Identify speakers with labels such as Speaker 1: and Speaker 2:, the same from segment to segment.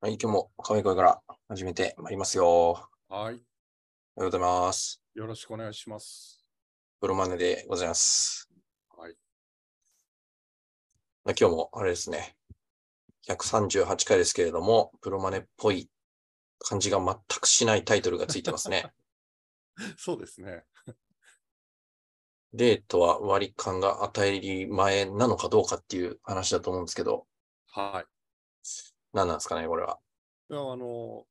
Speaker 1: はい、今日も可愛い声から始めてまいりますよ。お
Speaker 2: はい。
Speaker 1: はようございます。
Speaker 2: よろしくお願いします。
Speaker 1: ブロマネでございます。
Speaker 2: はい。
Speaker 1: まあ今日もあれですね。138回ですけれども、プロマネっぽい感じが全くしないタイトルがついてますね。
Speaker 2: そうですね。
Speaker 1: デートは割り勘が与えり前なのかどうかっていう話だと思うんですけど、
Speaker 2: はい。
Speaker 1: 何なんですかね、これは。
Speaker 2: いやあの、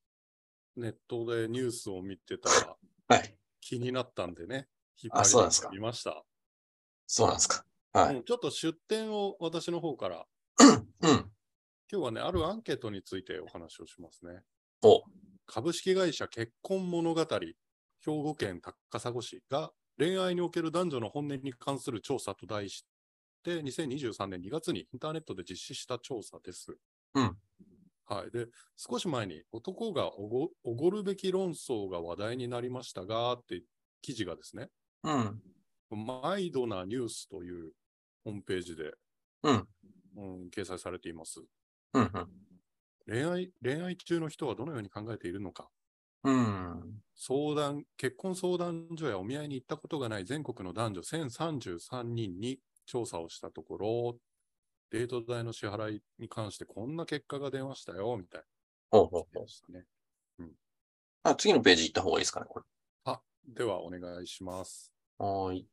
Speaker 2: ネットでニュースを見てた ら
Speaker 1: はい。
Speaker 2: 気になったんでね、引っ
Speaker 1: あそうなんですか
Speaker 2: 見ました。
Speaker 1: そうなんです か。はい。
Speaker 2: うんちょっと出典を私の方から、
Speaker 1: うん。
Speaker 2: 今日はね、あるアンケートについてお話をしますね。
Speaker 1: お、
Speaker 2: 株式会社結婚物語、兵庫県高砂市が恋愛における男女の本音に関する調査と題して、2023年2月にインターネットで実施した調査です。
Speaker 1: うん
Speaker 2: はい。で、少し前に男がおごおごるべき論争が話題になりましたが、って記事がですね、
Speaker 1: うん。
Speaker 2: マイドなニュースというホームページで、
Speaker 1: うん
Speaker 2: うん掲載されています。
Speaker 1: うん。うん
Speaker 2: 恋愛、恋愛中の人はどのように考えているのか、
Speaker 1: うん。
Speaker 2: 相談、結婚相談所やお見合いに行ったことがない全国の男女1033人に調査をしたところ、デート代の支払いに関してこんな結果が出ましたよ、みたい
Speaker 1: ほうほ
Speaker 2: な
Speaker 1: うほう
Speaker 2: で。したね。
Speaker 1: あ、次のページ行った方がいいですかね、これ。
Speaker 2: では、お願いします。
Speaker 1: はーい。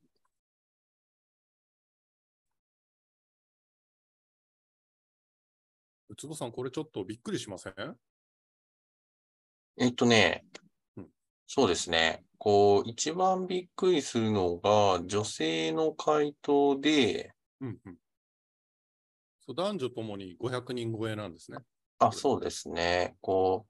Speaker 2: うつぼさん、これちょっとびっくりしません
Speaker 1: えっとね
Speaker 2: うん、
Speaker 1: そうですね。こう、一番びっくりするのが、女性の回答で、
Speaker 2: うんうん。そう男女ともに500人超えなんですね。
Speaker 1: あ、そうですね。こ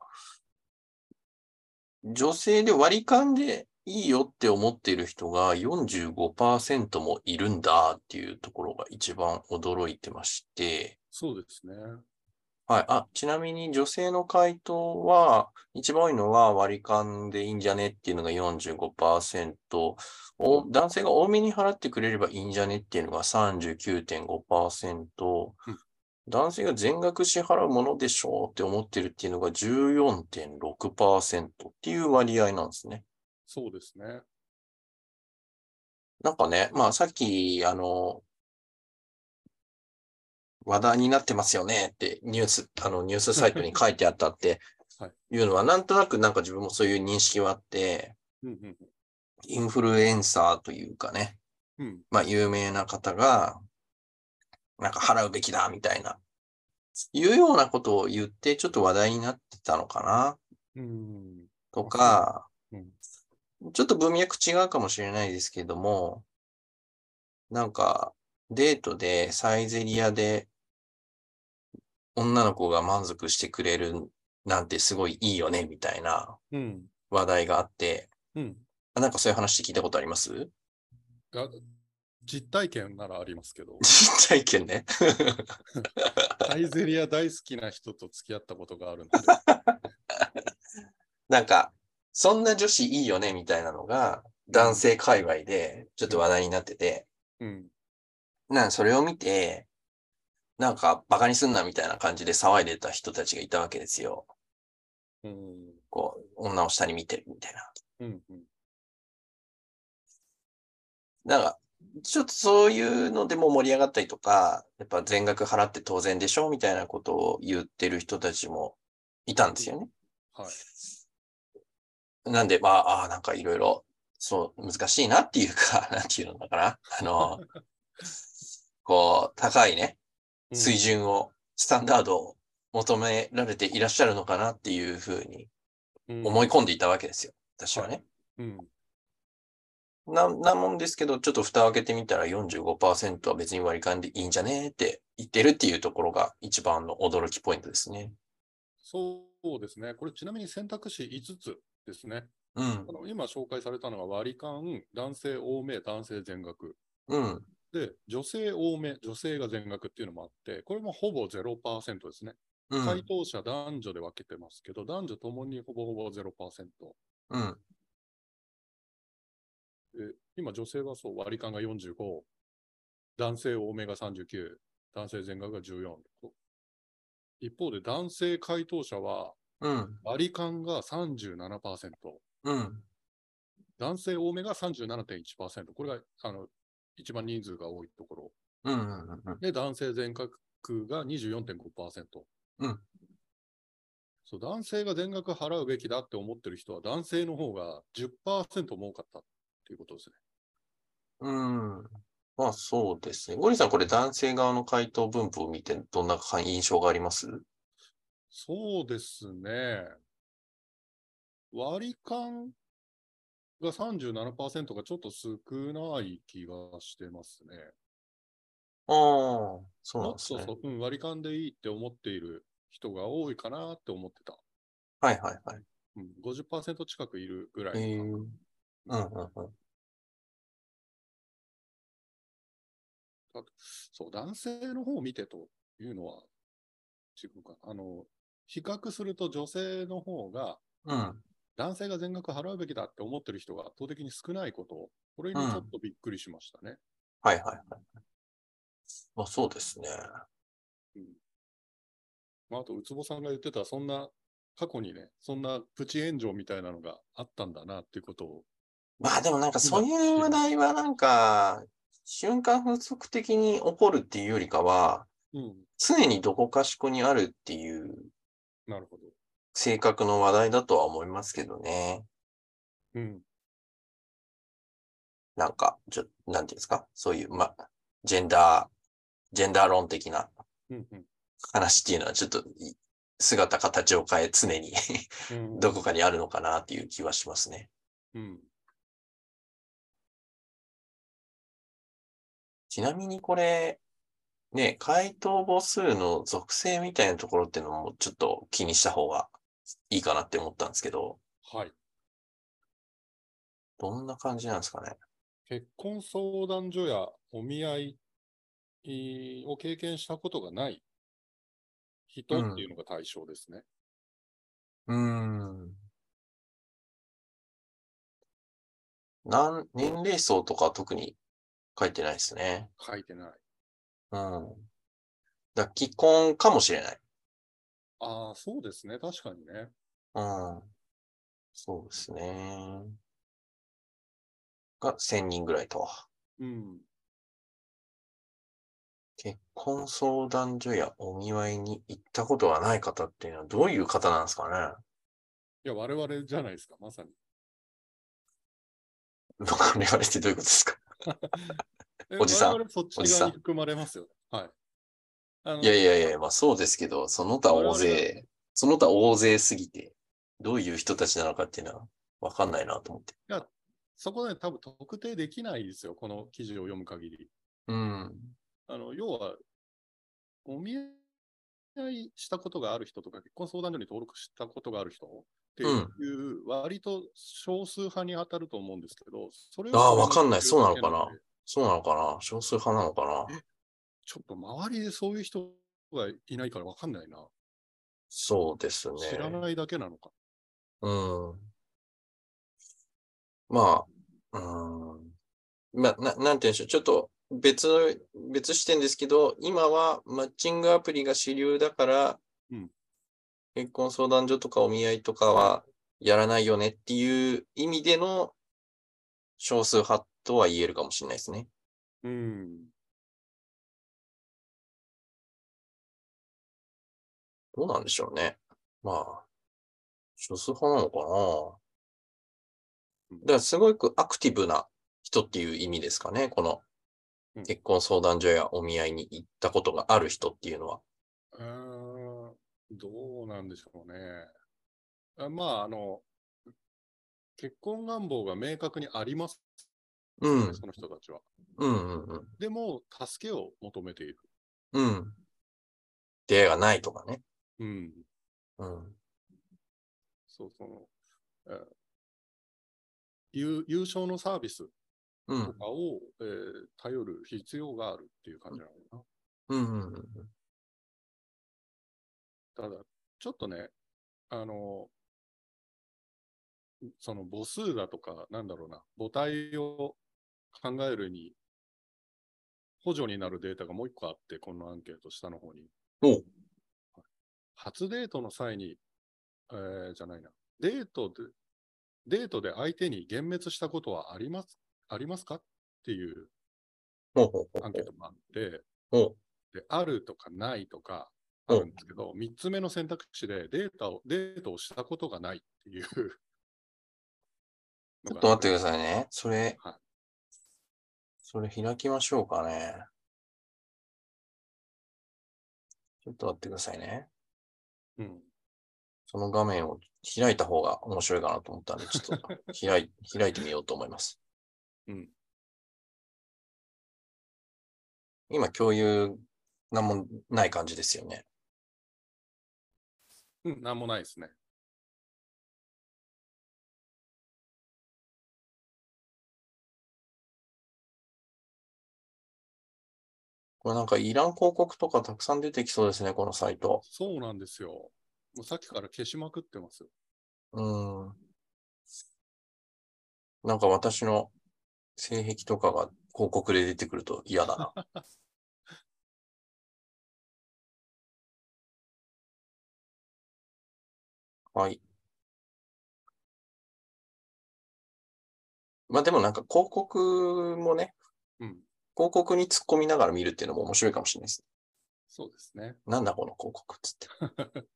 Speaker 1: う、女性で割り勘でいいよって思っている人が45%もいるんだっていうところが一番驚いてまして、
Speaker 2: そうですね。
Speaker 1: はい。あ、ちなみに女性の回答は、一番多いのが割り勘でいいんじゃねっていうのが45%、お、男性が多めに払ってくれればいいんじゃねっていうのが39.5%、
Speaker 2: うん
Speaker 1: 男性が全額支払うものでしょうって思ってるっていうのが14.6%っていう割合なんですね。
Speaker 2: そうですね。
Speaker 1: なんかね、まあさっき、あの、話題になってますよねってニュース、あのニュースサイトに書いてあったって
Speaker 2: はい
Speaker 1: いうのは、なんとなくなんか自分もそういう認識はあって、
Speaker 2: うんうん
Speaker 1: インフルエンサーというかね、
Speaker 2: うん。うん。
Speaker 1: まあ有名な方が、なんか払うべきだみたいな、いうようなことを言ってちょっと話題になってたのかな
Speaker 2: うん。
Speaker 1: とか、
Speaker 2: うん
Speaker 1: ちょっと文脈違うかもしれないですけども、なんか、デートでサイゼリアで女の子が満足してくれるなんてすごいいいよね、みたいな
Speaker 2: うん。
Speaker 1: 話題があって、
Speaker 2: うん。
Speaker 1: あなんかそういう話って聞いたことあります、
Speaker 2: あ実体験ならありますけど
Speaker 1: 実体験ね。
Speaker 2: サイゼリア大好きな人と付き合ったことがあるので、
Speaker 1: なんか、そんな女子いいよね、みたいなのが男性界隈でちょっと話題になってて、
Speaker 2: うん、
Speaker 1: なんそれを見て、なんかバカにすんなみたいな感じで騒いでた人たちがいたわけですよ。
Speaker 2: うん、
Speaker 1: こう、女を下に見てるみたいな。
Speaker 2: うん、うん
Speaker 1: なんか、ちょっとそういうのでも盛り上がったりとか、やっぱ全額払って当然でしょみたいなことを言ってる人たちもいたんですよね。
Speaker 2: はい。
Speaker 1: なんで、まあ、ああなんかいろいろ、そう、難しいなっていうか、 なんていうのかな。あの、こう、高いね、
Speaker 2: うん
Speaker 1: 水準を、スタンダードを求められていらっしゃるのかなっていうふうに思い込んでいたわけですよ。私はね。
Speaker 2: うん、
Speaker 1: な、なもんですけど、ちょっと蓋を開けてみたら45%は別に割り勘でいいんじゃねーって言ってるっていうところが一番の驚きポイントですね。
Speaker 2: そうですね。これちなみに選択肢5つですね。
Speaker 1: うん
Speaker 2: あ。の今紹介されたのが割り勘、男性多め、男性全額。
Speaker 1: うん。
Speaker 2: で、女性多め、女性が全額っていうのもあって、これもほぼ0%ですね。
Speaker 1: うん。
Speaker 2: 回答者男女で分けてますけど、男女ともにほぼほぼ0%。
Speaker 1: うん。
Speaker 2: え今、女性はそう割り勘が45、男性多めが39、男性全額が14。一方で男性回答者は、
Speaker 1: うん、
Speaker 2: バリカンが37%、
Speaker 1: うん、
Speaker 2: 男性多めが37.1%、これがあの一番人数が多いところ。
Speaker 1: うん、うん、うん、
Speaker 2: で、男性全額が24.5%。
Speaker 1: うん。
Speaker 2: そう、男性が全額払うべきだって思ってる人は、男性の方が10%儲かったっていうことですね。
Speaker 1: うん。まあそうですね。ゴリさん、これ男性側の回答分布を見て、どんな感印象があります
Speaker 2: そうですね。割り勘が37%がちょっと少ない気がしてますね。
Speaker 1: ああ、そうなん
Speaker 2: もっ
Speaker 1: です
Speaker 2: と
Speaker 1: ね。
Speaker 2: そう、うん、割り勘でいいって思っている人が多いかなって思ってた。
Speaker 1: はいはいはい。
Speaker 2: うん、50%近くいるぐら
Speaker 1: え
Speaker 2: い
Speaker 1: え
Speaker 2: の
Speaker 1: うんうんうん。
Speaker 2: そう、男性の方を見てというのは違うかな。あの、比較すると女性の方が、
Speaker 1: うん。
Speaker 2: 男性が全額払うべきだって思ってる人が圧倒的に少ないこと、これにちょっとびっくりしましたね。
Speaker 1: はいはいはい。まあそうですね。
Speaker 2: まあ、あと、ウツボさんが言ってた、そんな、過去にね、そんなプチ炎上みたいなのがあったんだなっていうことを、
Speaker 1: まあでもなんか
Speaker 2: 今
Speaker 1: そういう話題はなんか、瞬間風速的に起こるっていうよりかは、
Speaker 2: うん、
Speaker 1: 常にどこかしこにあるっていう
Speaker 2: なるほど。
Speaker 1: 性格の話題だとは思いますけどね。
Speaker 2: うん、
Speaker 1: なんか、ちょ、なんていうんですかそういう、ま、ジェンダー、ジェンダー論的な
Speaker 2: うん、うん
Speaker 1: 話っていうのはちょっとい姿形を変え常に
Speaker 2: うん。
Speaker 1: どこかにあるのかなっていう気はしますね。
Speaker 2: うん。
Speaker 1: ちなみにこれ、ね、回答母数の属性みたいなところっていうのもちょっと気にした方がいいかなって思ったんですけど、
Speaker 2: はい。
Speaker 1: どんな感じなんですかね。
Speaker 2: 結婚相談所やお見合いえーを経験したことがない人っていうのが対象ですね。
Speaker 1: うーん。なん、年齢層とか特に書いてないですね。
Speaker 2: 書いてない。
Speaker 1: うん。だから既婚かもしれない。
Speaker 2: ああ、そうですね。確かにね。
Speaker 1: うん。そうですね。が1000人ぐらいとは。
Speaker 2: うん。
Speaker 1: 結婚相談所やお見舞いに行ったことがない方っていうのはどういう方なんですか
Speaker 2: いや、我々じゃないですか、まさに。
Speaker 1: ね僕の言われてどういうことですか
Speaker 2: え
Speaker 1: おじさん
Speaker 2: 我々そっ
Speaker 1: おじ
Speaker 2: ち
Speaker 1: さ
Speaker 2: 側
Speaker 1: ん
Speaker 2: に含まれますよね。はい。あの
Speaker 1: いやいやいや、まあそうですけど、その他大
Speaker 2: 我
Speaker 1: 勢、その他大勢すぎて、どういう人たちなのかっていうのはわかんないなと思って。
Speaker 2: そこで多分特定できないですよ、この記事を読む限り。
Speaker 1: うん。
Speaker 2: あの要は、お見合いしたことがある人とか、結婚相談所に登録したことがある人っていう、割と少数派に当たると思うんですけど、それを
Speaker 1: あーわかんないそうなのかな
Speaker 2: 知ってるだけんで
Speaker 1: そうなのかな少数派なのかな
Speaker 2: ちょっと周りでそういう人がいないからわかんないな。
Speaker 1: そうですね。
Speaker 2: 知らないだけなのか。
Speaker 1: うん。まあ、うん。まあ、ななんて言うんでしょう。ちょっと別の、別視点ですけど、今はマッチングアプリが主流だから、
Speaker 2: うん
Speaker 1: 結婚相談所とかお見合いとかはやらないよねっていう意味での少数派とは言えるかもしれないですね。
Speaker 2: うん。
Speaker 1: どうなんでしょうね。まあ、少数派なのか
Speaker 2: う。
Speaker 1: なんだからすごくアクティブな人っていう意味ですかね。この
Speaker 2: うん
Speaker 1: 結婚相談所やお見合いに行ったことがある人っていうのは。
Speaker 2: うーんどうなんでしょうね。あまあ、あの、結婚願望が明確にあります、
Speaker 1: うん、
Speaker 2: その人たちは。
Speaker 1: うん、うん、うん。
Speaker 2: でも、助けを求めている。
Speaker 1: うん。出会いがないとかね。
Speaker 2: うん。
Speaker 1: うん。
Speaker 2: そう、その、えー優優勝のサービス
Speaker 1: う
Speaker 2: と
Speaker 1: ん。
Speaker 2: かを、えー頼る必要があるっていう感じなのかな。
Speaker 1: うん。うんうん。
Speaker 2: ただ、ちょっとね、あの、その母数だとか、なんだろうな、母体を考えるに、補助になるデータがもう一個あって、このアンケート下の方に。
Speaker 1: おう
Speaker 2: 初デートの際に、えーじゃないな、デートで、デートで相手に幻滅したことはありますありますかっていう
Speaker 1: ほうほうほう
Speaker 2: アンケートもあって、
Speaker 1: ほう。
Speaker 2: であるとかないとかあ
Speaker 1: うん
Speaker 2: るんですけど、3つ目の選択肢でデータを、デートをしたことがないっていう
Speaker 1: ち
Speaker 2: の
Speaker 1: ょっ
Speaker 2: が
Speaker 1: と待ってくださいね。それ、
Speaker 2: はい
Speaker 1: それ開きましょうかね。ちょっと待ってくださいね。
Speaker 2: うん、
Speaker 1: その画面を開いた方が面白いかなと思ったんで、ちょ っと開い開いてみようと思います。
Speaker 2: うん。
Speaker 1: 今、共有、なんもない感じですよね。
Speaker 2: うん、なんもないですね。
Speaker 1: これなんかいらん広告とかたくさん出てきそうですね、このサイト。
Speaker 2: そうなんですよ。もうさっきから消しまくってますよ。
Speaker 1: うん。なんか私の性癖とかが広告で出てくると嫌だな。はい。まあでもなんか広告もね、
Speaker 2: うん、
Speaker 1: 広告に突っ込みながら見るっていうのも面白いかもしれないです。
Speaker 2: そうですね。
Speaker 1: なんだこの広告っつって。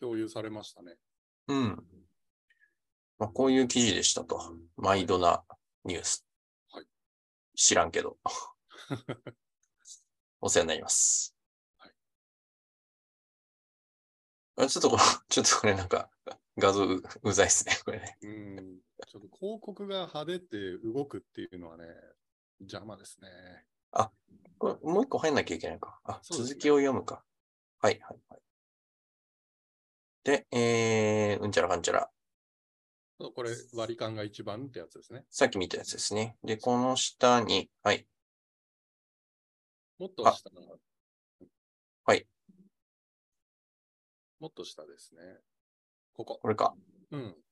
Speaker 2: 共有されましたね。
Speaker 1: うん。まあ、こういう記事でしたと。毎度なニュース。
Speaker 2: はい
Speaker 1: 知らんけ ど。お世話になります。
Speaker 2: はい
Speaker 1: あちょっとこれ、 ちょっとこれなんか、画像ううざいっすね、これね。
Speaker 2: うん、ちょっと広告が派手って動くっていうのはね、邪魔ですね。
Speaker 1: これもう一個入んなきゃいけないか。あ、
Speaker 2: そうですね
Speaker 1: 続きを読むか。はい、はい、はい。で、えー、うんちゃらかんちゃら。
Speaker 2: そうこれ、割り勘が一番ってやつですね。
Speaker 1: さっき見たやつですね。で、この下に、はい。
Speaker 2: もっと
Speaker 1: あ
Speaker 2: 下の
Speaker 1: はい。
Speaker 2: もっと下ですね。ここ。
Speaker 1: これか。
Speaker 2: うん。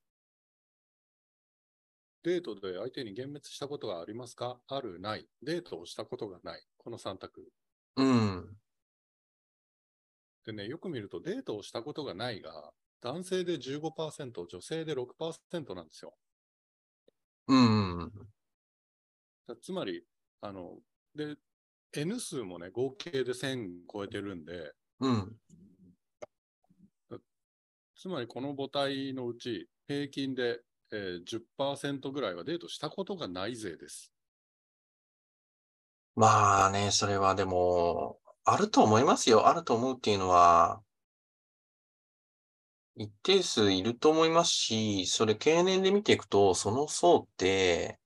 Speaker 2: デートで相手に幻滅したことがありますかあるない。デートをしたことがない。この3択。
Speaker 1: うん。
Speaker 2: でね、よく見るとデートをしたことがないが、男性で15%、女性で6%なんですよ。
Speaker 1: うんうん。
Speaker 2: だつまり、あの、で、N 数もね、合計で1000超えてるんで、
Speaker 1: うん。
Speaker 2: つまりこの母体のうち、平均で、えー10%ぐらいはデートしたことがない勢です。
Speaker 1: まあね、それはでも、あると思いますよ。あると思うっていうのは、一定数いると思いますし、それ経年で見ていくと、その層って、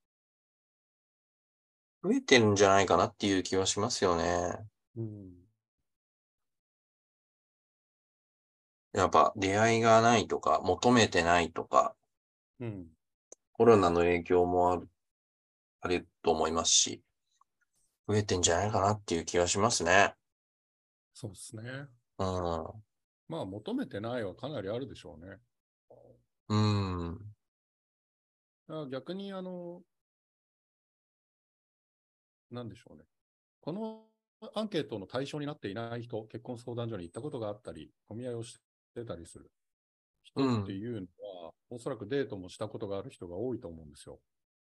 Speaker 1: 増えてるんじゃないかなっていう気はしますよね。
Speaker 2: うん。
Speaker 1: やっぱ出会いがないとか、求めてないとか、
Speaker 2: うん。
Speaker 1: コロナの影響もある、あると思いますし、増えてんじゃないかなっていう気はしますね。
Speaker 2: そうですね。
Speaker 1: うん。
Speaker 2: まあ、求めてないはかなりあるでしょうね。
Speaker 1: うん。
Speaker 2: だから逆に、あの、なんでしょうね。このアンケートの対象になっていない人、結婚相談所に行ったことがあったり、お見合いをしてたりする
Speaker 1: うん
Speaker 2: 人っていうのは、おそらくデートもしたことがある人が多いと思うんですよ。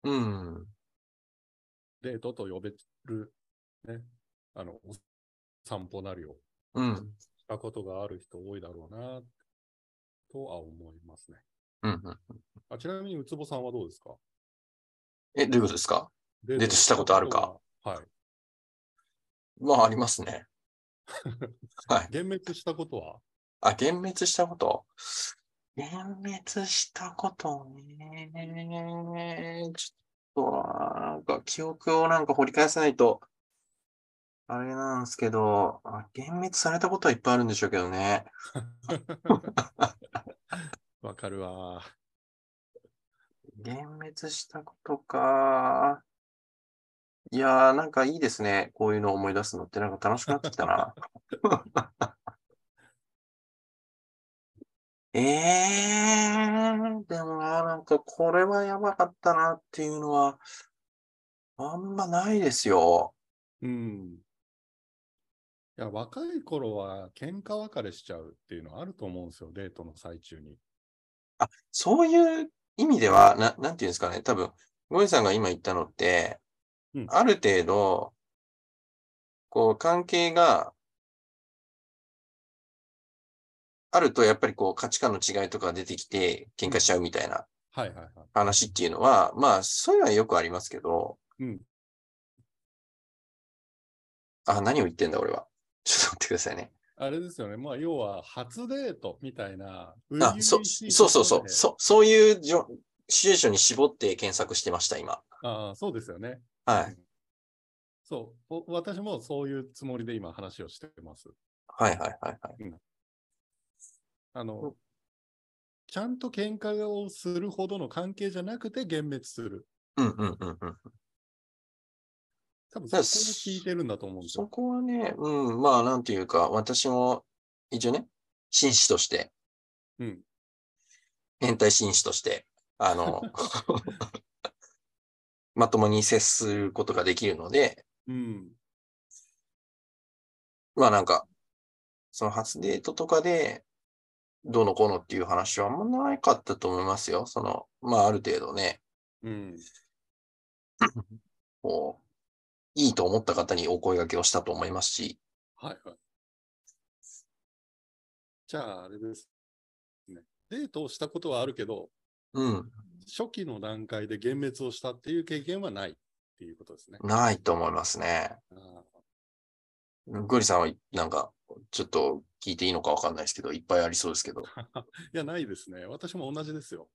Speaker 1: うん。
Speaker 2: デートと呼べる、ね、あの、お散歩なりを
Speaker 1: うん。
Speaker 2: したことがある人多いだろうな、とは思いますね。
Speaker 1: うんうん
Speaker 2: あちなみに、ウツボさんはどうですか
Speaker 1: え、どういうことですか
Speaker 2: デ
Speaker 1: ートしたことあるか
Speaker 2: はい。
Speaker 1: まあ、ありますね。はい。
Speaker 2: 幻滅したことは
Speaker 1: あ、幻滅したこと幻滅したことね。ちょっと、なんか、記憶をなんか掘り返さないと、あれなんですけど、あ幻滅されたことはいっぱいあるんでしょうけどね。
Speaker 2: わかるわ。
Speaker 1: 幻滅したことか。いやー、なんかいいですね。こういうのを思い出すのって、なんか楽しくなってきたな。 ええー、でもな、なんかこれはやばかったなっていうのは、あんまないですよ。
Speaker 2: うん。いや、若い頃は喧嘩別れしちゃうっていうのはあると思うんですよ、デートの最中に。
Speaker 1: そういう意味では、ななんていうんですかね、多分、ゴエさんが今言ったのって、
Speaker 2: うん
Speaker 1: ある程度、こう、関係が、あると、やっぱりこう、価値観の違いとかが出てきて、喧嘩しちゃうみたいな
Speaker 2: はいはいはい。
Speaker 1: 話っていうのは、まあ、そういうのはよくありますけど、
Speaker 2: うん
Speaker 1: あ、何を言ってんだ、俺は。ちょっと待ってくださいね。
Speaker 2: あれですよね、まあ、要は初デートみたいな。
Speaker 1: あ、そう、そうそうそう、そう、そういうじょシチュエーションに絞って検索してました、今。
Speaker 2: う。ああ、そうですよね。
Speaker 1: はい。
Speaker 2: そうお私もそういうつもりで今話をしてます。
Speaker 1: はいはいはいはい。
Speaker 2: あ
Speaker 1: うん
Speaker 2: の、ちゃんと喧嘩をするほどの関係じゃなくて幻滅する。
Speaker 1: うんうんうんうん。
Speaker 2: 多
Speaker 1: だ
Speaker 2: 分そこ
Speaker 1: か
Speaker 2: を
Speaker 1: ら
Speaker 2: 聞いてるんだと思うんです
Speaker 1: そ
Speaker 2: よ。
Speaker 1: こはね、うん、まあなんていうか、私も一応ね、紳士として、
Speaker 2: うん。
Speaker 1: 変態紳士として、あの、 まともに接することができるので、
Speaker 2: うん。
Speaker 1: まあなんか、その初デートとかで、どうのこうのっていう話はあんまなかったと思いますよ。その、まあある程度ね、
Speaker 2: うん。
Speaker 1: こう、いいと思った方にお声掛けをしたと思いますし、
Speaker 2: はいはい。じゃあ、あれです、ね。デートをしたことはあるけど、
Speaker 1: うん、
Speaker 2: 初期の段階で幻滅をしたっていう経験はないっていうことですね。
Speaker 1: ないと思いますね。
Speaker 2: あー
Speaker 1: ゴリさんは、なんか、ちょっと聞いていいのかわかんないですけど、いっぱいありそうですけど。本
Speaker 2: いや、ないですね。私も同じですよ。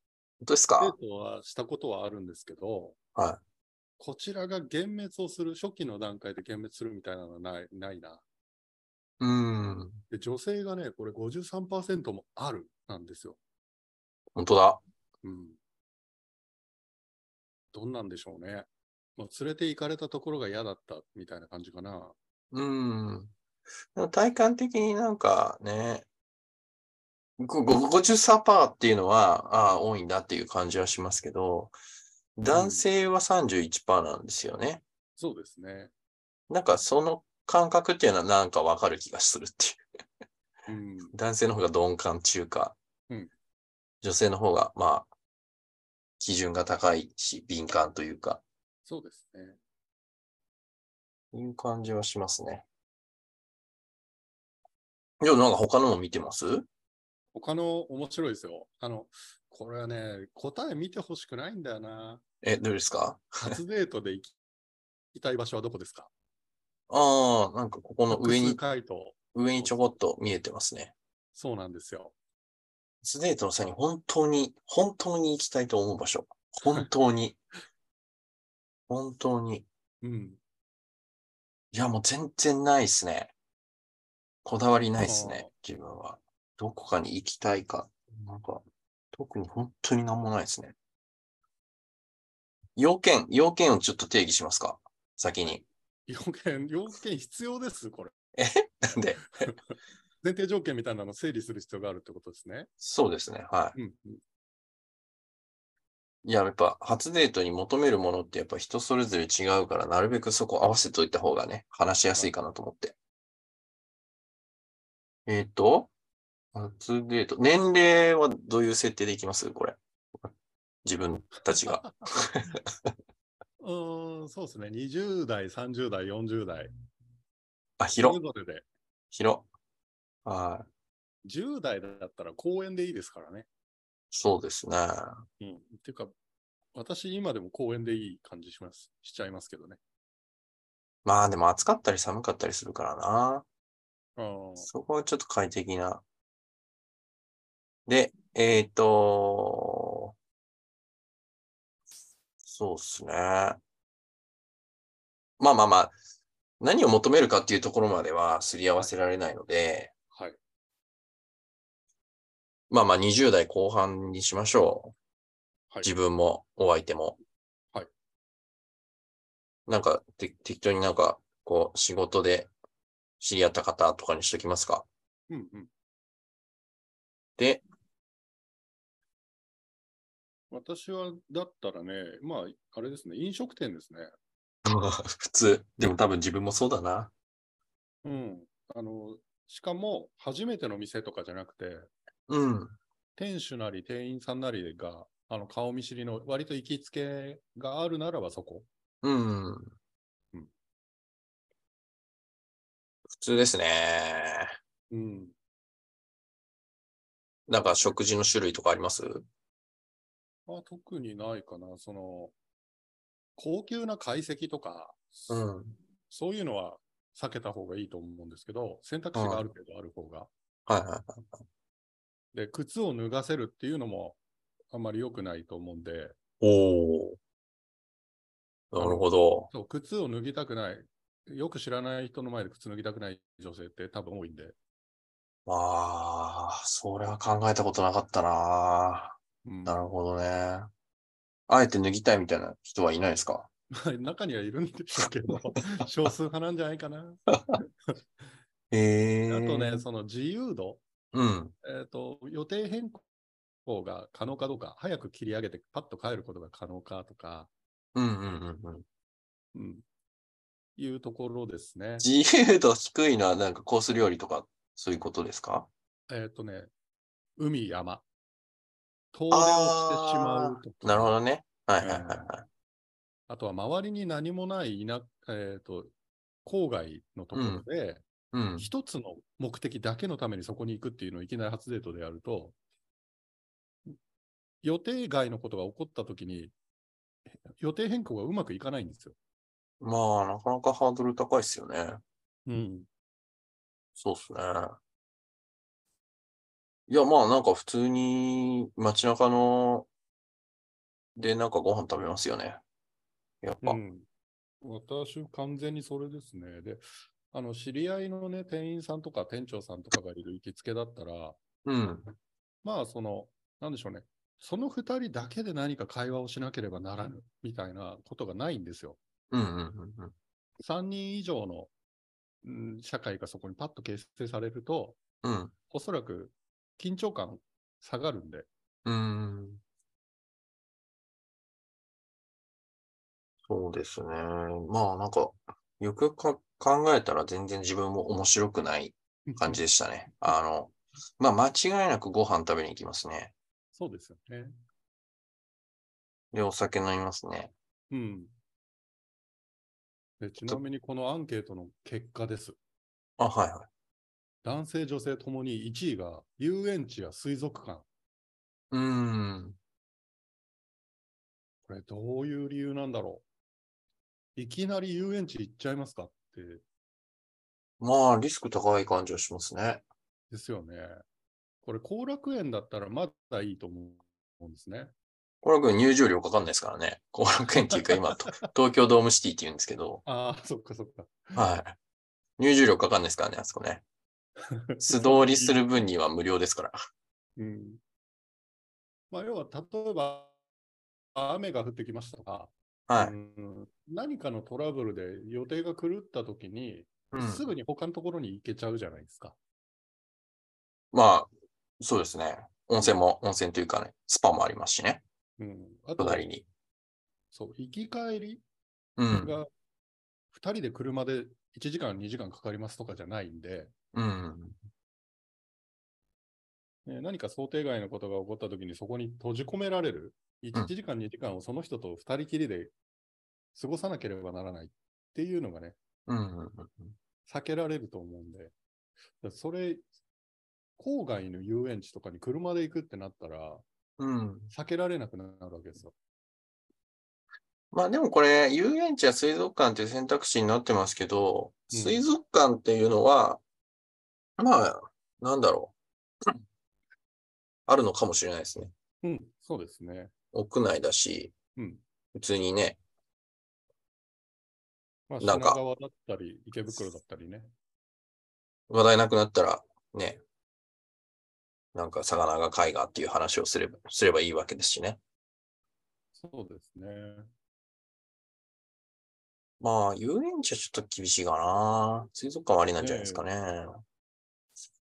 Speaker 1: 当です
Speaker 2: デー
Speaker 1: か
Speaker 2: トはしたことはあるんですけど、
Speaker 1: は
Speaker 2: こちらが幻滅をする、初期の段階で幻滅するみたいなのはないないな。
Speaker 1: うーん。
Speaker 2: で、女性がね、これ53%もあるなんですよ。
Speaker 1: 本当だ。
Speaker 2: うん。どんなんでしょうね。まあ、連れて行かれたところが嫌だったみたいな感じかな。
Speaker 1: うーん。でも体感的になんかね、ごご53%っていうのは、ああ、多いんだっていう感じはしますけど、男性は31%なんですよね。
Speaker 2: そうですね。
Speaker 1: なんかその感覚っていうのはなんかわかる気がするっていう。
Speaker 2: うん。
Speaker 1: 男性の方が鈍感中華、
Speaker 2: うん
Speaker 1: 女性の方が、まあ、基準が高いし、敏感というか、
Speaker 2: そうですね。
Speaker 1: いう感じはしますね。じゃあ、なんか他のも見てます
Speaker 2: 他の面白いですよ。あの、これはね、答え見てほしくないんだよな。
Speaker 1: え、どうですか
Speaker 2: 初デートで行き行きたい場所はどこですか
Speaker 1: ああ、なんかここの上
Speaker 2: 複数
Speaker 1: に、
Speaker 2: 回答。
Speaker 1: 上にちょこっと見えてますね。
Speaker 2: そうなんですよ。
Speaker 1: スデートの際に本当に、本当に行きたいと思う場所。本当 に。本当に。
Speaker 2: うん。
Speaker 1: いや、もう全然ないっすね。こだわりないっすね
Speaker 2: あー、
Speaker 1: 自分は。どこかに行きたいか。なんか、特に本当になんもないですね。要件、要件をちょっと定義しますか先に。
Speaker 2: 要件、要件必要です、これ。
Speaker 1: なんで、
Speaker 2: 前提条件みたいなのを整理する必要があるってことですね。
Speaker 1: そうですね。は
Speaker 2: うんうん。
Speaker 1: い。いや、やっぱ、初デートに求めるものってやっぱ人それぞれ違うから、なるべくそこ合わせといた方がね、話しやすいかなと思って。えっ、と、初デート、年齢はどういう設定でいきますこれ。自分たちが。
Speaker 2: うーん、そうですね。20代、30代、40代。
Speaker 1: あ、
Speaker 2: そ
Speaker 1: 広
Speaker 2: れ、ぞれで。
Speaker 1: 広。はい。
Speaker 2: 10代だったら公園でいいですからね。
Speaker 1: そうですね。
Speaker 2: うん。っていうか、私、今でも公園でいい感じします。しちゃいますけどね。
Speaker 1: まあでも暑かったり寒かったりするからな。
Speaker 2: あー
Speaker 1: そこはちょっと快適な。で、えっ、と、そうっすね。まあまあまあ、何を求めるかっていうところまではすり合わせられないので、
Speaker 2: はい。
Speaker 1: まあまあ20代後半にしましょう。
Speaker 2: はい。
Speaker 1: 自分もお相手も。
Speaker 2: はい。
Speaker 1: なんか、て適当になんか、こう、仕事で知り合った方とかにしときますか。
Speaker 2: うんうん。
Speaker 1: で、
Speaker 2: 私は、だったらね、まあ、あれですね、飲食店ですね。
Speaker 1: 普通。でも多分自分もそうだな。
Speaker 2: うん。あの、しかも、初めての店とかじゃなくて、
Speaker 1: うん。
Speaker 2: 店主なり店員さんなりが、あの、顔見知りの、割と行きつけがあるならばそこ。
Speaker 1: うん。
Speaker 2: うん
Speaker 1: 普通ですね。
Speaker 2: うん。
Speaker 1: なんか食事の種類とかあります
Speaker 2: まあ、特にないかな。その、高級な懐石とか、
Speaker 1: うん。
Speaker 2: そういうのは避けた方がいいと思うんですけど、選択肢があるけどある方が。
Speaker 1: はいは
Speaker 2: で、靴を脱がせるっていうのもあんまり良くないと思うんで、
Speaker 1: い。おお。なるほど。
Speaker 2: そう靴を脱ぎたくない。よく知らない人の前で靴脱ぎたくない女性って多分多いんで。
Speaker 1: ああ、それは考えたことなかったな。
Speaker 2: うん、
Speaker 1: なるほどね。あえて脱ぎたいみたいな人はいないですか
Speaker 2: まあ 中にはいるんでしょうけど、少数派なんじゃないかな。
Speaker 1: へ
Speaker 2: あ
Speaker 1: え。
Speaker 2: とね、その自由度、
Speaker 1: うん。
Speaker 2: えっと予定変更が可能かどうか、早く切り上げてパッと帰ることが可能かとか、
Speaker 1: うんうんうんうん。
Speaker 2: うん、いうところですね。
Speaker 1: 自由度低いのはなんかコース料理とか、そういうことですか
Speaker 2: えっ、とね、海、山、遠出をしてしまうとか、
Speaker 1: なるほどね。はいはいはいはい。
Speaker 2: あとは周りに何もない田、えっと郊外のところで、
Speaker 1: うん。
Speaker 2: 一つの目的だけのためにそこに行くっていうのをいきなり初デートでやると、予定外のことが起こったときに、予定変更がうまくいかないんですよ。
Speaker 1: まあ、なかなかハードル高いですよね。
Speaker 2: うん。
Speaker 1: そうっすね。いや、まあ、なんか普通に街中の、で、なんかご飯食べますよね。やっぱ。
Speaker 2: うん、私、完全にそれですね。で、あの、知り合いのね、店員さんとか店長さんとかがいる行きつけだったら、
Speaker 1: うん。
Speaker 2: まあ、その、なんでしょうね。その二人だけで何か会話をしなければならぬみたいなことがないんですよ。
Speaker 1: うんうんうんうん。
Speaker 2: 三人以上の、うん、社会がそこにパッと結成されると、
Speaker 1: うん。
Speaker 2: おそらく緊張感下がるんで、
Speaker 1: うーん。そうですね。まあなんか、よくか考えたら全然自分も面白くない感じでしたね。あの、まあ間違いなくご飯食べに行きますね。
Speaker 2: そうですよね。
Speaker 1: で、お酒飲みますね。
Speaker 2: うん。でちなみにこのアンケートの結果です。
Speaker 1: あ、はいはい。
Speaker 2: 男性、女性ともに1位が遊園地や水族館。
Speaker 1: うーん。
Speaker 2: これどういう理由なんだろう。いきなり遊園地行っちゃいますかって、
Speaker 1: まあリスク高い感じはしますね。
Speaker 2: ですよね。これ後楽園だったらまだいいと思うんですね。
Speaker 1: 後楽園入場料かかんないですからね。 後楽園っていうか今、と東京ドームシティって言うんですけど、
Speaker 2: ああ、そっかそっか。
Speaker 1: はい。入場料かかんないですからね、あそこね。素通りする分には無料ですから。
Speaker 2: うん。まあ、要は、例えば、雨が降ってきましたとか、
Speaker 1: はい。
Speaker 2: うん何かのトラブルで予定が狂ったときに、
Speaker 1: うん
Speaker 2: すぐに他のところに行けちゃうじゃないですか。
Speaker 1: まあ、そうですね。温泉も、温泉というかね、スパもありますしね、
Speaker 2: うん、あと、
Speaker 1: 隣に。
Speaker 2: そう、行き帰り
Speaker 1: うん。
Speaker 2: が、2人で車で1時間、2時間かかりますとかじゃないんで、
Speaker 1: うん。
Speaker 2: ね何か想定外のことが起こったときに、そこに閉じ込められる、1時間、2時間をその人と2人きりで過ごさなければならないっていうのがね、
Speaker 1: うん。
Speaker 2: 避けられると思うんで、だからそれ、郊外の遊園地とかに車で行くってなったら、
Speaker 1: うん。
Speaker 2: 避けられなくなるわけですよ。
Speaker 1: まあでもこれ、遊園地や水族館という選択肢になってますけど、
Speaker 2: うん
Speaker 1: 水族館っていうのは、まあ、なんだろう。 あるのかもしれないですね。
Speaker 2: うん、そうですね。
Speaker 1: 屋内だし、
Speaker 2: うん。
Speaker 1: 普通にね、
Speaker 2: まあ、
Speaker 1: な
Speaker 2: 品
Speaker 1: んか
Speaker 2: 川だったり、池袋だったりね。
Speaker 1: 話題なくなったら、ね、なんか魚が貝がっていう話をすれば、すればいいわけですしね。
Speaker 2: そうですね。
Speaker 1: まあ、遊園地はちょっと厳しいかな。水族館はありなんじゃないですかね。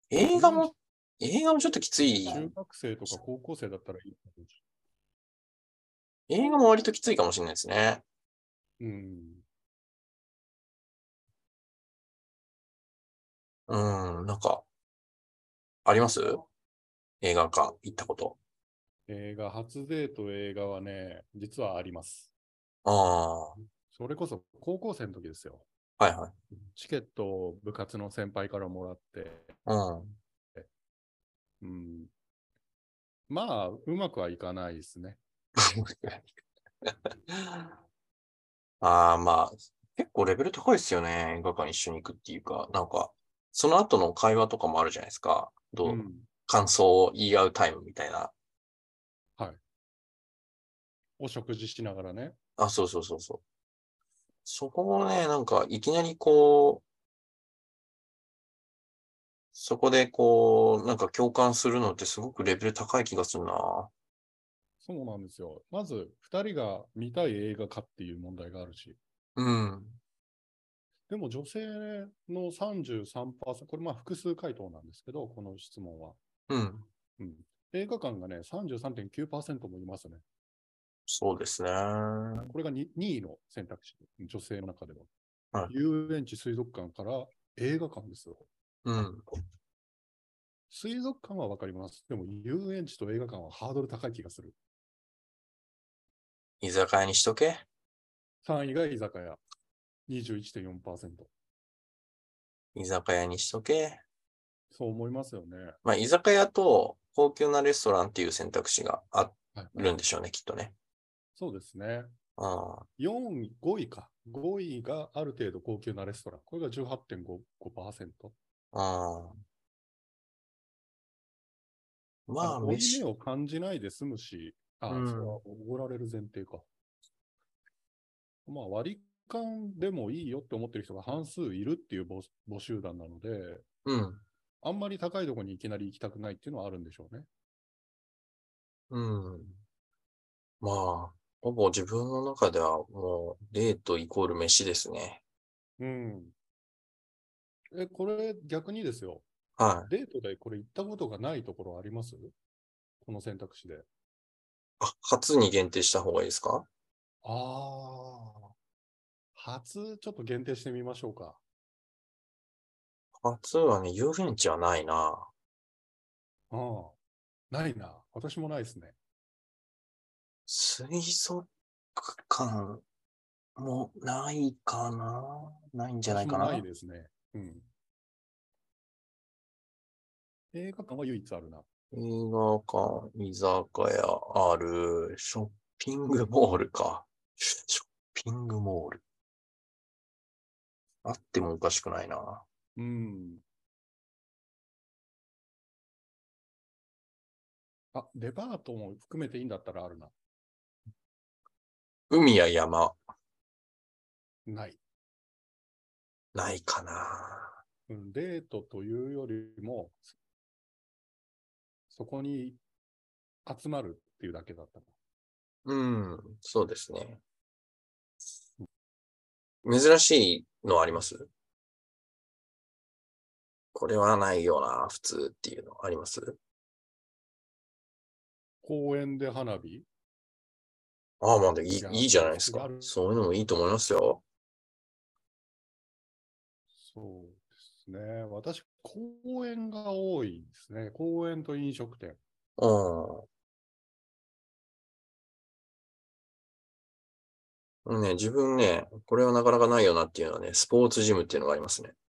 Speaker 1: 映画も、映画もちょっときつい。
Speaker 2: 中学生とか高校生だったらいい。
Speaker 1: 映画も割ときついかもしれないですね。
Speaker 2: うん。
Speaker 1: うん、なんか、あります映画館行ったこと。
Speaker 2: 映画、初デート映画はね、実はあります。
Speaker 1: ああ、は
Speaker 2: それこそ高校生の時ですよ。
Speaker 1: いはい。
Speaker 2: チケットを部活の先輩からもらって、
Speaker 1: うん。
Speaker 2: うん。まあ、うまくはいかないですね。
Speaker 1: ああ、まあ、結構レベル高いですよね。映画館一緒に行くっていうか、なんか、その後の会話とかもあるじゃないですか。どう、
Speaker 2: うん
Speaker 1: 感想を言い合うタイムみたいな。
Speaker 2: お食事しながらね。
Speaker 1: あ、そうそうそうそう。そこもね、なんか、いきなりこう、そこでこう、なんか共感するのってすごくレベル高い気がするな。
Speaker 2: そうなんですよ。まず、2人が見たい映画かっていう問題があるし、
Speaker 1: うん。
Speaker 2: でも女性の33%、これまあ複数回答なんですけど、この質問は。
Speaker 1: うん。
Speaker 2: うん、映画館がね、33.9%もいますね。
Speaker 1: そうですね。あ
Speaker 2: これが 2, 位の選択肢、女性の中では。
Speaker 1: はい
Speaker 2: 遊園地、水族館から映画館ですよ。
Speaker 1: うん。
Speaker 2: 水族館はわかります。でも遊園地と映画館はハードル高い気がする。
Speaker 1: 居酒屋にしとけ。
Speaker 2: 3位が居酒屋、21.4%。
Speaker 1: 居酒屋にしとけ。
Speaker 2: そう思いますよね。
Speaker 1: まあ、居酒屋と高級なレストランっていう選択肢があ
Speaker 2: はい
Speaker 1: るんでしょうね、きっとね。
Speaker 2: そうですね。
Speaker 1: あ
Speaker 2: 4位、5位か。5位がある程度高級なレストラン。これが18.5%。
Speaker 1: あ、ああ。ま
Speaker 2: あ
Speaker 1: あ、
Speaker 2: の負い
Speaker 1: 飯
Speaker 2: 目を感じないで済むし、あ、
Speaker 1: うん
Speaker 2: それはおごられる前提か。まあ、割り勘でもいいよって思ってる人が半数いるっていう募募集団なので、
Speaker 1: うん。
Speaker 2: あんまり高いところにいきなり行きたくないっていうのはあるんでしょうね。
Speaker 1: うん。まあ、ほぼ自分の中ではもうデートイコール飯ですね。
Speaker 2: うん。え、これ逆にですよ。
Speaker 1: はい。
Speaker 2: デートでこれ行ったことがないところありますこの選択肢で。
Speaker 1: あ、初に限定した方がいいですか
Speaker 2: ああ。初、ちょっと限定してみましょうか。
Speaker 1: 初はね、遊園地はないな。
Speaker 2: うん。ないな。私もないですね。
Speaker 1: 水族館もないかなないんじゃないか
Speaker 2: 私も
Speaker 1: な
Speaker 2: ないですね。うん。映画館は唯一あるな。
Speaker 1: 映画館、居酒屋ある、ショッピングモールか。ショッピングモール。あってもおかしくないな。
Speaker 2: うん。あ、デパートも含めていいんだったらあるな。
Speaker 1: 海や山、
Speaker 2: ない。
Speaker 1: ないかな。
Speaker 2: うん、デートというよりも、そこに集まるっていうだけだったな。
Speaker 1: うん、そうですね。珍しいのありますこれはないよな、普通っていうのあります
Speaker 2: 公園で花火
Speaker 1: ああ、まあでいい
Speaker 2: いや、
Speaker 1: いいじゃないですか
Speaker 2: あ。る
Speaker 1: そういうのもいいと思いますよ。
Speaker 2: そうですね。私、公園が多いですね。公園と飲食店。
Speaker 1: うん。ね、自分ね、これはなかなかないよなっていうのはね、スポーツジムっていうのがありますね。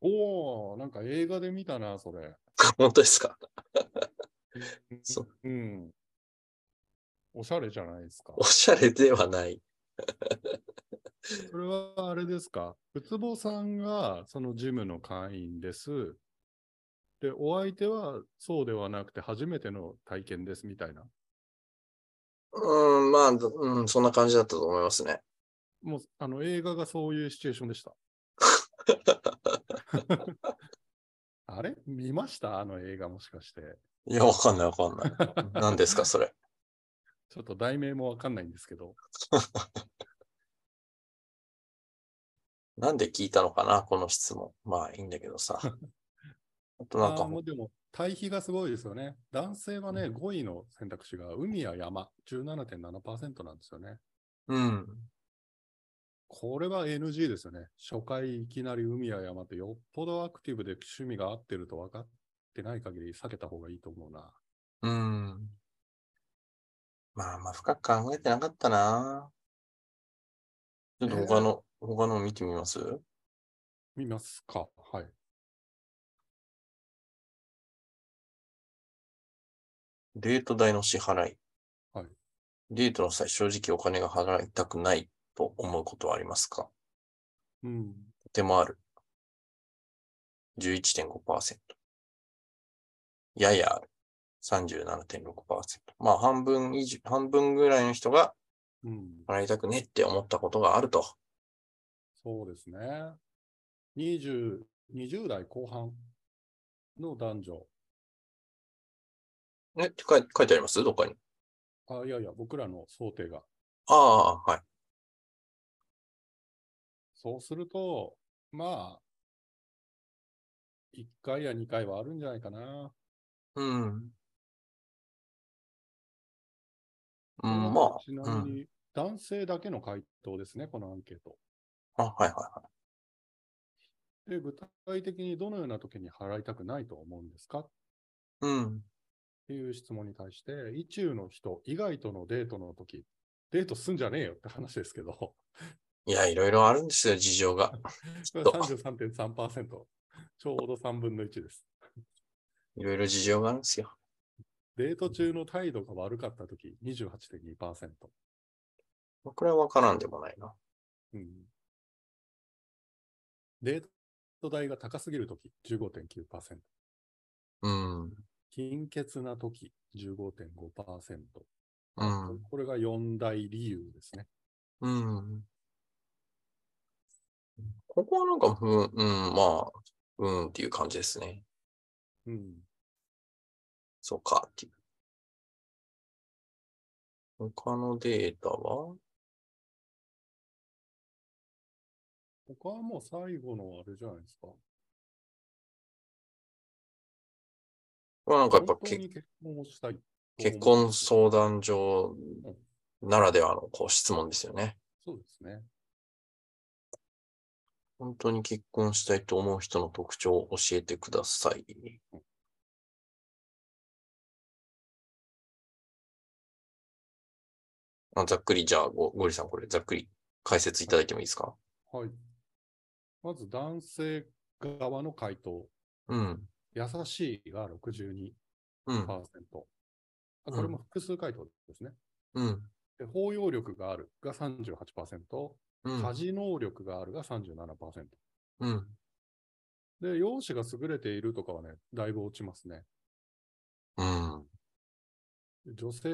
Speaker 2: おお、なんか映画で見たな、それ。。
Speaker 1: 本当ですかそう
Speaker 2: うん。おしゃれじゃないですか
Speaker 1: お。しゃれではない。
Speaker 2: それはあれですか。ウツボさんがそのジムの会員です。で、お相手はそうではなくて初めての体験ですみたいな。
Speaker 1: うん、まあ、うん、そんな感じだったと思いますね。
Speaker 2: もう、あの映画がそういうシチュエーション でした。あれ見ましたあの映画もしかして。
Speaker 1: いや、わかんないわかんない。 何ですか、それ。
Speaker 2: ちょっと題名もわかんないんですけど。
Speaker 1: なんで聞いたのかな、この質問。まあ、いいんだけどさ。あとなん
Speaker 2: あ
Speaker 1: か
Speaker 2: ー、もうでも、対比がすごいですよね。男性はね、5位の選択肢が海や山、17.7%なんですよね。
Speaker 1: うん。
Speaker 2: これは NG ですよね。初回いきなり海や山ってよっぽどアクティブで趣味が合ってると分かってない限り避けた方がいいと思うな。
Speaker 1: うん。まあまあ、深く考えてなかったな。ちょっと他の、他の見てみます
Speaker 2: 見ますか。はい。
Speaker 1: デート代の支払い。
Speaker 2: はい
Speaker 1: デートの際、正直お金が払いたくないと思うことはありますか
Speaker 2: うん。
Speaker 1: とてもある。11.5%。ややある。37.6%。まあ、半分以上、半分ぐらいの人が
Speaker 2: うん。
Speaker 1: 払いたくねって思ったことがあると。
Speaker 2: そうですね。20、20代後半の男女。
Speaker 1: ね、って書い書いてありますどっかに。
Speaker 2: あ、いやいや、僕らの想定が。
Speaker 1: ああ、はい。
Speaker 2: そうすると、まあ、1回や2回はあるんじゃないかな。
Speaker 1: うん。う、
Speaker 2: うん
Speaker 1: まあ、
Speaker 2: ちな
Speaker 1: う
Speaker 2: み
Speaker 1: ん。
Speaker 2: に、男性だけの回答ですね、このアンケート。
Speaker 1: あ、はいはいはい。
Speaker 2: で、具体的にどのような時に払いたくないと思うんですかっ
Speaker 1: うん。
Speaker 2: ていう質問に対して、意中の人以外とのデートの時、デートすんじゃねえよって話ですけど、
Speaker 1: いや、いろいろあるんですよ、事情 が。っと
Speaker 2: 33.3%、ちょうど3分の1です。
Speaker 1: いろいろ事情があるんですよ。
Speaker 2: デート中の態度が悪かった時、28.2%。
Speaker 1: これはわからんでもないな。
Speaker 2: うんデート代が高すぎるとき、15.9%。
Speaker 1: うん。うん。
Speaker 2: 貧血なとき、15.5%。
Speaker 1: うん。
Speaker 2: これが4大理由ですね。
Speaker 1: うん。ここはなんか、ふん、うん、まあ、うんっていう感じですね。
Speaker 2: うん。
Speaker 1: そうか、っていう。他のデータは
Speaker 2: 他はもう最後のあれじゃないですか。
Speaker 1: これはなんかやっぱ
Speaker 2: 本当
Speaker 1: 結
Speaker 2: に結婚をしたい。
Speaker 1: 結婚相談所ならではのこう質問ですよね。
Speaker 2: そうですね。
Speaker 1: 本当に結婚したいと思う人の特徴を教えてください。あざっくり、じゃあゴ、ゴリさん、これ、ざっくり解説いただいてもいいですか
Speaker 2: はい。まず男性側の回答。
Speaker 1: うん、
Speaker 2: 優しいが62%。
Speaker 1: うん、
Speaker 2: あこれも複数回答ですね。
Speaker 1: うん、
Speaker 2: で包容力があるが38%、
Speaker 1: うん、
Speaker 2: 家事能力があるが37%。
Speaker 1: うん、
Speaker 2: で、容姿が優れているとかはね、だいぶ落ちますね。
Speaker 1: うん、
Speaker 2: 女性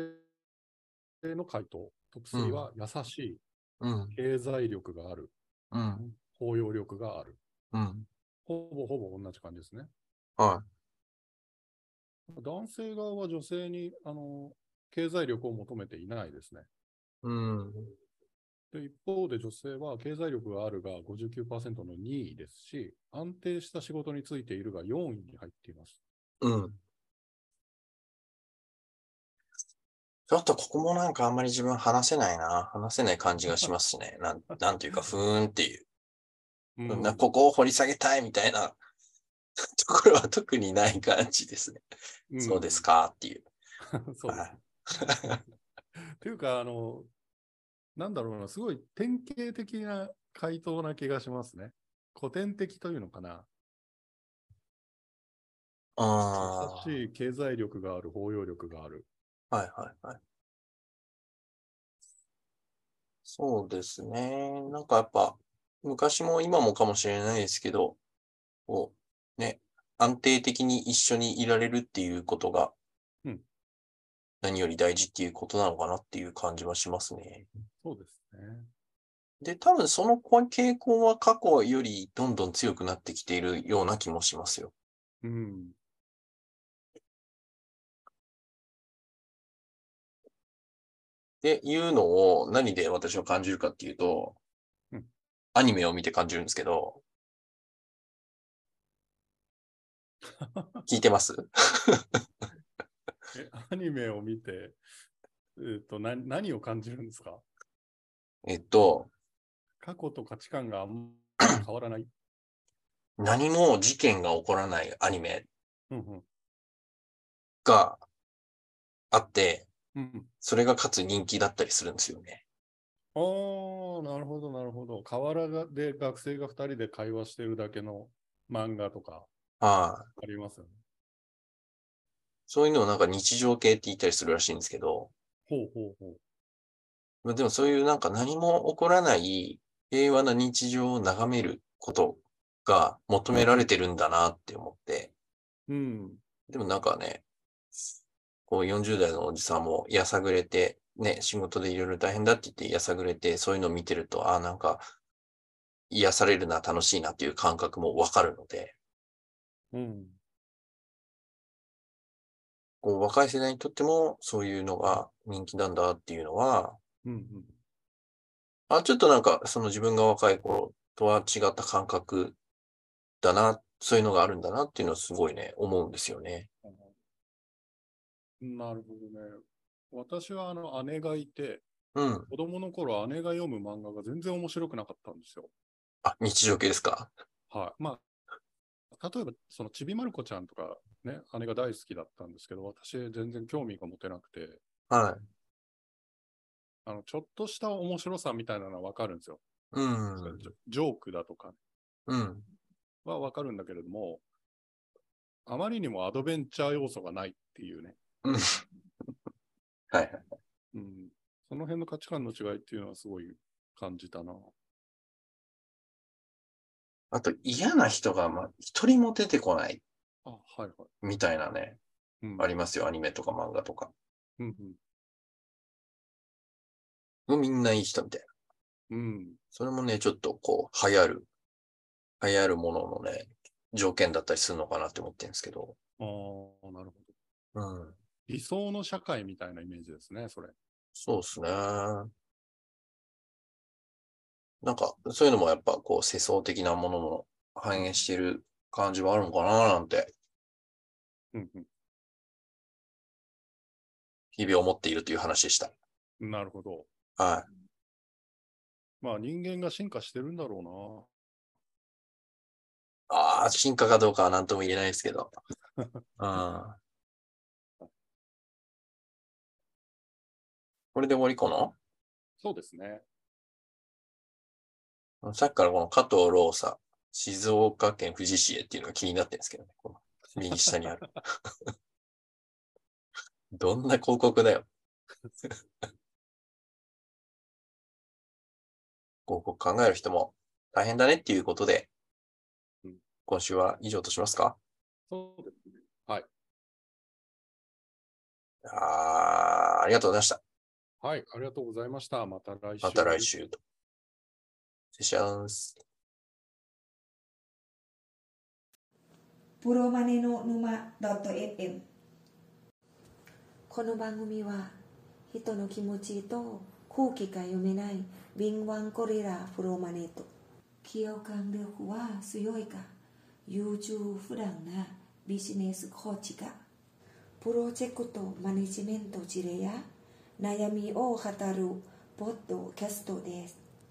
Speaker 2: の回答、トップ3は優しい、
Speaker 1: うん、
Speaker 2: 経済力がある、
Speaker 1: うん、
Speaker 2: 包容力がある。
Speaker 1: うん、
Speaker 2: ほぼほぼ同じ感じですね。
Speaker 1: は
Speaker 2: 男性側は女性に、あの、経済力を求めていないですね。
Speaker 1: い。うん、
Speaker 2: で、一方で女性は経済力があるが59%の2位ですし、安定した仕事についているが4位に入っています。
Speaker 1: うん。ちょっとここもなんかあんまり自分話せないな。話せない感じがしますね。なん、なんていうか、ふーんっていう。
Speaker 2: うん
Speaker 1: なここを掘り下げたいみたいな ところは特にない感じですね。
Speaker 2: うん
Speaker 1: そうです。かっていう。
Speaker 2: そうです。 というか、あの、なんだろうな、すごい典型的な回答な気がしますね。古典的というのかな。
Speaker 1: あ
Speaker 2: 優しい経済力がある、包容力がある。
Speaker 1: あ。はいはいはい。そうですね。なんかやっぱ、昔も今もかもしれないですけど、こう、ね、安定的に一緒にいられるっていうことが
Speaker 2: うん、
Speaker 1: 何より大事っていうことなのかなっていう感じはしますね。
Speaker 2: そうですね。
Speaker 1: で、多分その傾向は過去よりどんどん強くなってきているような気もしますよ。
Speaker 2: うん。
Speaker 1: で、いうのを何で私は感じるかっていうと
Speaker 2: うん、
Speaker 1: アニメを見て感じるんですけど、聞いてます
Speaker 2: えアニメを見て、えー、とな何を感じるんですか
Speaker 1: えっと、
Speaker 2: 過去と価値観があんまり変わらない。
Speaker 1: 何も事件が起こらないアニメ
Speaker 2: うんうん
Speaker 1: があって、
Speaker 2: うん、
Speaker 1: それがかつ人気だったりするんですよね。
Speaker 2: ああ、なるほど、なるほど。河原がで学生が2人で会話してるだけの漫画とか
Speaker 1: はい。
Speaker 2: ありますよね。
Speaker 1: そういうのをなんか日常系って言ったりするらしいんですけど、
Speaker 2: ほうほうほう。
Speaker 1: まあでもそういうなんか何も起こらない平和な日常を眺めることが求められてるんだなって思って、
Speaker 2: うん。
Speaker 1: でもなんかね、こう40代のおじさんもやさぐれて、ね、仕事でいろいろ大変だって言ってやさぐれて、そういうのを見てると、ああ、なんか癒されるな、楽しいなっていう感覚もわかるので、
Speaker 2: うん。
Speaker 1: こう若い世代にとってもそういうのが人気なんだっていうのは、
Speaker 2: うんうん。
Speaker 1: あ、ちょっとなんか、その自分が若い頃とは違った感覚だな、そういうのがあるんだなっていうのはすごいね、思うんですよね。
Speaker 2: なるほどね。私はあの姉がいて、
Speaker 1: うん。
Speaker 2: 子供の頃姉が読む漫画が全然面白くなかったんですよ。
Speaker 1: あ、日常系ですか。
Speaker 2: はい。まあ、例えば、そのちびまる子ちゃんとかね、姉が大好きだったんですけど、私全然興味が持てなくて、
Speaker 1: はい。
Speaker 2: あの、ちょっとした面白さみたいなのはわかるんですよ。
Speaker 1: うん。
Speaker 2: ジョジョークだとか
Speaker 1: うん。
Speaker 2: はわかるんだけれども、あまりにもアドベンチャー要素がないっていうね、
Speaker 1: うん はいはい。
Speaker 2: うん、その辺の価値観の違いっていうのはすごい感じたな。
Speaker 1: あと、嫌な人が、ま、一人も出てこない
Speaker 2: あ、はいはい。
Speaker 1: みたいなね、
Speaker 2: うん、
Speaker 1: ありますよ。アニメとか漫画とか。
Speaker 2: うん
Speaker 1: みんないい人みたいな。
Speaker 2: うん、うん。
Speaker 1: それもね、ちょっとこう、流行る、流行るもののね、条件だったりするのかなって思ってるんですけど。
Speaker 2: ああ、なるほど。
Speaker 1: うん。
Speaker 2: 理想の社会みたいなイメージですね、それ。
Speaker 1: そうですね。なんか、そういうのもやっぱこう世相的なものも反映してる感じはあるのかななんて、
Speaker 2: うんうん
Speaker 1: 日々思っているという話でした。
Speaker 2: なるほど。
Speaker 1: は
Speaker 2: まあ人間が進化してるんだろ
Speaker 1: い。ああ、進化かどうかは何とも言えないですけど。うん。これで終わりかな
Speaker 2: うな。そうですね。
Speaker 1: さっきからこの加藤ローサ、静岡県富士市へっていうのが気になってるんですけどね。この右下に ある。どんな広告だよ。 広告考える人も大変だねっていうことで
Speaker 2: うん、
Speaker 1: 今週は以上としますか
Speaker 2: そうですね。
Speaker 1: あーありがとうございました。
Speaker 2: はい、ありがとうございました。また来週。
Speaker 1: また来。週と。失礼します。
Speaker 3: プロマネの沼 .fm この番組は人の気持ちと空気が読めない敏腕コレラプロマネと企業間力は強いが優柔不断なビジネスコーチがプロジェクトマネジメント事例や悩みを語るポッドキャストです